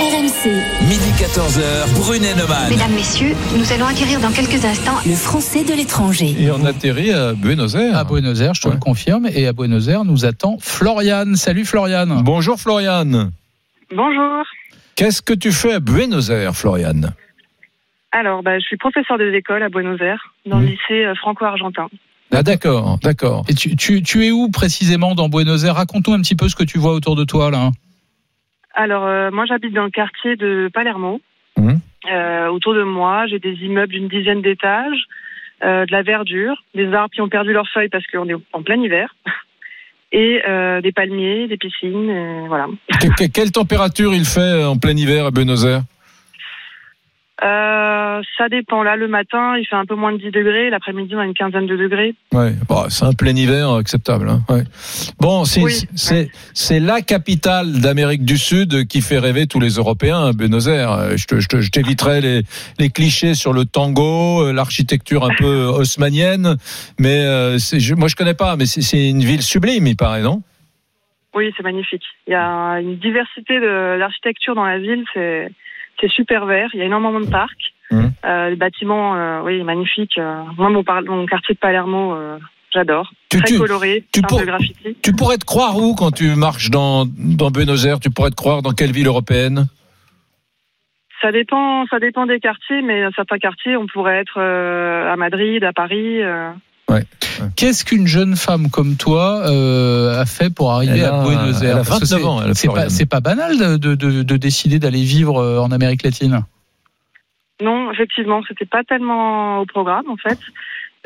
français. Midi 14h, Brunet Neumann. Mesdames, Messieurs, nous allons acquérir dans quelques instants Le français de l'étranger. Et on atterrit à Buenos Aires. À Buenos Aires, je te Ah. Ouais. le confirme. Et à Buenos Aires, nous attend Floriane. Salut Floriane. Bonjour Floriane. Bonjour. Qu'est-ce que tu fais à Buenos Aires, Floriane Alors, bah, je suis professeur des écoles à Buenos Aires, dans le lycée euh, franco-argentin. Ah d'accord, d'accord. Et tu, tu- tu es où précisément dans Buenos Aires Raconte-nous un petit peu ce que tu vois autour de toi là. Alors, euh, moi, j'habite dans le quartier de Palermo. Mhm. Euh, autour de moi, j'ai des immeubles d'une dizaine d'étages, euh, de la verdure, des arbres qui ont perdu leurs feuilles parce qu'on est en plein hiver, et euh, des palmiers, des piscines, euh, voilà. Que- que- quelle température il fait euh, en plein hiver à Buenos Aires Euh, ça dépend. Là, le matin, il fait un peu moins de 10 degrés. L'après-midi, on a une quinzaine de degrés. Ouais, bah, c'est un plein hiver acceptable. hein, ouais. Bon, c'est Oui. c'est- c'est la capitale d'Amérique du Sud qui fait rêver tous les Européens, hein, Buenos Aires. Euh, Je te- je te- je t'éviterai les, les clichés sur le tango, euh, l'architecture un peu haussmanienne, mais euh, c'est- je- moi je connais pas, mais c'est- c'est une ville sublime, il paraît, non Oui, c'est magnifique. Il y a une diversité de d'architecture dans la ville, c'est c'est super vert. Il y a énormément de parcs, Mhm. Euh, les bâtiments, euh, oui, magnifiques. Euh, moi, mon, par- mon quartier de Palermo, euh, j'adore. Tu- Très tu- coloré, tu plein pour- de graffiti. Tu pourrais te croire où quand tu marches dans, dans Buenos Aires Tu pourrais te croire dans quelle ville européenne Ça dépend, ça dépend des quartiers, mais dans certains quartiers, on pourrait être euh, à Madrid, à Paris. euh. Qu'est-ce qu'une jeune femme comme toi euh, a fait pour arriver Elle a- à Buenos Aires elle a Parce que 29 c'est- ans, elle, C'est pas, Floriane. c'est pas banal de, de- de- de décider d'aller vivre euh, en Amérique latine. Non, effectivement, c'était pas tellement au programme en fait.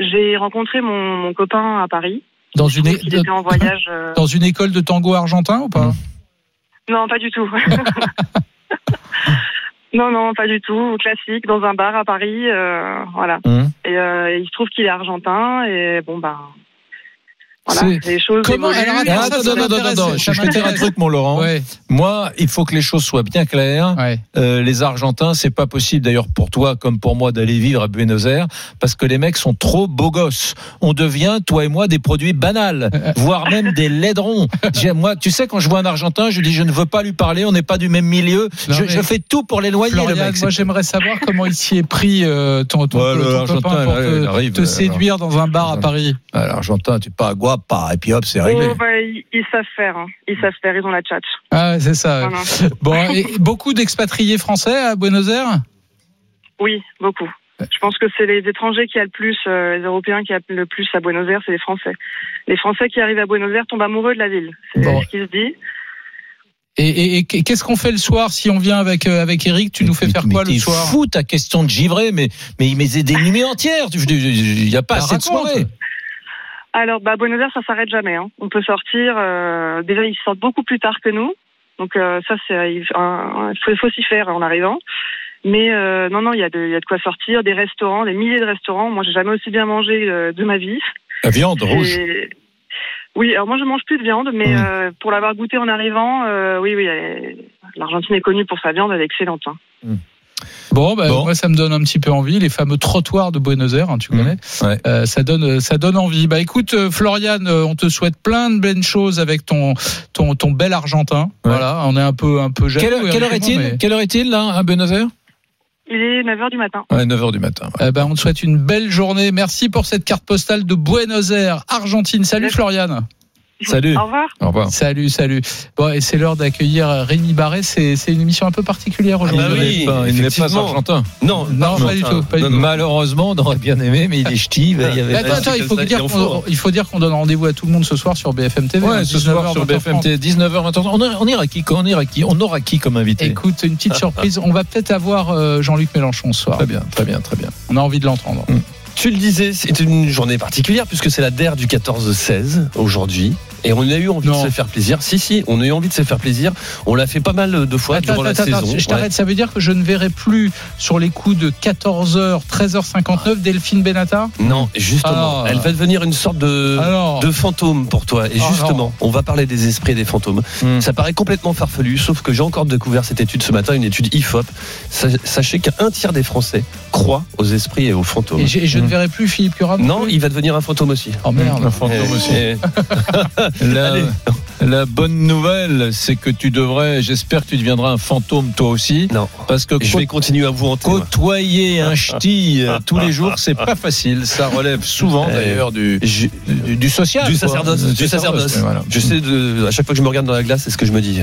J'ai rencontré mon, mon copain à Paris. Dans une, é- Il était en voyage. euh, dans une école de tango argentin ou pas Non, pas du tout. non, non, pas du tout. Classique, dans un bar à Paris, euh, voilà. Hmm. Hum Et euh, il se trouve qu'il est argentin, et bon, ben. Voilà, C'est- les choses. Comment- évoluent. alors, Ah, attends, Et- ça, Attends, ça attends, m'intéresse, attends, attends, ça je vais te dire un m'intéresse. truc, mon Laurent. Ouais, Moi, il faut que les choses soient bien claires. ouais. Euh, les Argentins, c'est pas possible d'ailleurs pour toi comme pour moi d'aller vivre à Buenos Aires parce que les mecs sont trop beaux gosses. On devient toi et moi des produits banals, voire même des laiderons. J'ai- Moi, tu sais quand je vois un Argentin, je dis je ne veux pas lui parler, on n'est pas du même milieu. Non, je, mais- je fais tout pour l'éloigner. Florian, le mec. moi j'aimerais savoir comment il s'y est pris euh, ton, ton, Ouais, le ton Argentin, copain pour là, te, il arrive, te alors. séduire dans un bar à Paris. Ah, L'Argentin, tu pas guapa et puis hop, c'est réglé. Oh, bah, ils, ils savent faire, hein. ils savent faire, ils ont la tchatche. Ah, c'est ça. Voilà. Bon, et beaucoup d'expatriés français à Buenos Aires Oui, beaucoup. Je pense que c'est les étrangers qui a le plus, euh, les Européens qui a le plus à Buenos Aires, c'est les Français. Les Français qui arrivent à Buenos Aires tombent amoureux de la ville. C'est Bon. ce qui se dit. Et, et- et qu'est-ce qu'on fait le soir si on vient avec, euh, avec Eric Tu nous fais Mais- faire mais quoi le t'es soir fou ta question de givrer, mais mais mais c'est des nuits entières. Tu- Il n'y a pas Bah, assez de raconte. soirée. Alors, bah, Buenos Aires, ça s'arrête jamais. Hein. On peut sortir. Euh, déjà, ils sortent beaucoup plus tard que nous. Donc, euh, ça, c'est il un- faut, faut s'y faire en arrivant. Mais euh, non, non, il y, a de- il y a de quoi sortir. Des restaurants, des milliers de restaurants. Moi, j'ai jamais aussi bien mangé euh, de ma vie. La viande rouge. Et- Oui, alors moi, je mange plus de viande, mais Mm. euh, pour l'avoir goûté en arrivant, euh, oui, oui, elle est- l'Argentine est connue pour sa viande, elle est excellente. hein. Bon, bah, Bon. moi ça me donne un petit peu envie. Les fameux trottoirs de Buenos Aires, hein, tu Mhm. connais. Ouais. Euh, ça donne, ça donne envie. Bah écoute, euh, Floriane, euh, on te souhaite plein de bonnes choses avec ton, ton, ton bel Argentin. Voilà, on est un peu, un peu jaloux. Quelle, heure- quelle heure évidemment, est-il mais- Quelle heure est-il là à Buenos Aires Il est 9h du matin. Ouais, 9h du matin. ouais. Eh ben, on te souhaite une belle journée. Merci pour cette carte postale de Buenos Aires, Argentine. Salut Merci. Floriane. Salut. Au revoir. Au revoir. Salut, salut. Bon, et c'est l'heure d'accueillir Rémi Barret. C'est c'est une émission un peu particulière Ah bah aujourd'hui. il oui, n'est pas, il n'est pas effectivement. argentin. Non, Non, pas du tout, pas du tout. Malheureusement, on aurait bien aimé, mais il est ch'ti. bah, il y avait- Mais Attends, Ouais, attends, c'est il comme faut, ça, dire il en qu'on- faut, il faut dire qu'on donne rendez-vous à tout le monde ce soir sur BFM TV. hein, Ouais, ce soir 19h, sur 20h30. BFM, 19h, on aura, on ira qui quand On ira qui On aura qui comme invité Écoute, une petite surprise. On va peut-être avoir euh, Jean-Luc Mélenchon ce soir. Très bien, très bien, très bien. On a envie de l'entendre. Tu le disais, c'est une journée particulière puisque c'est la DER du 14-16 aujourd'hui. Et on a eu envie Non. de se faire plaisir. Si, si, on a eu envie de se faire plaisir. On l'a fait pas mal euh, de fois Attends, durant attends, la attends, saison. je t'arrête, ça veut dire que je ne verrai plus sur les coups de 14h, 13h59 Delphine Benatar Ouais. Non, justement, Ah. elle va devenir une sorte de. Alors, De fantôme pour toi. Et Ah, justement, on va parler des esprits et des fantômes. Hmm. Ça paraît complètement farfelu, sauf que j'ai encore découvert cette étude ce matin, une étude IFOP. Sa- Sachez qu'un tiers des Français croient aux esprits et aux fantômes. et, j'ai- et je ne verrai plus Philippe Oh, Curab. Non, plus il va devenir un fantôme aussi. Eh, Oh merde. Le fantôme aussi. Eh, La- Allez, La bonne nouvelle, c'est que tu devrais, j'espère que tu deviendras un fantôme toi aussi. Non. Parce que Je vais continuer à vous hanter. moi. Côtoyer un ch'ti euh, tous les jours, c'est pas facile. Ça relève souvent Euh, d'ailleurs du, Je- du, du social. Du quoi. sacerdoce, du sacerdoce. ouais, voilà. Je sais, de, à chaque fois que je me regarde dans la glace, c'est ce que je me dis.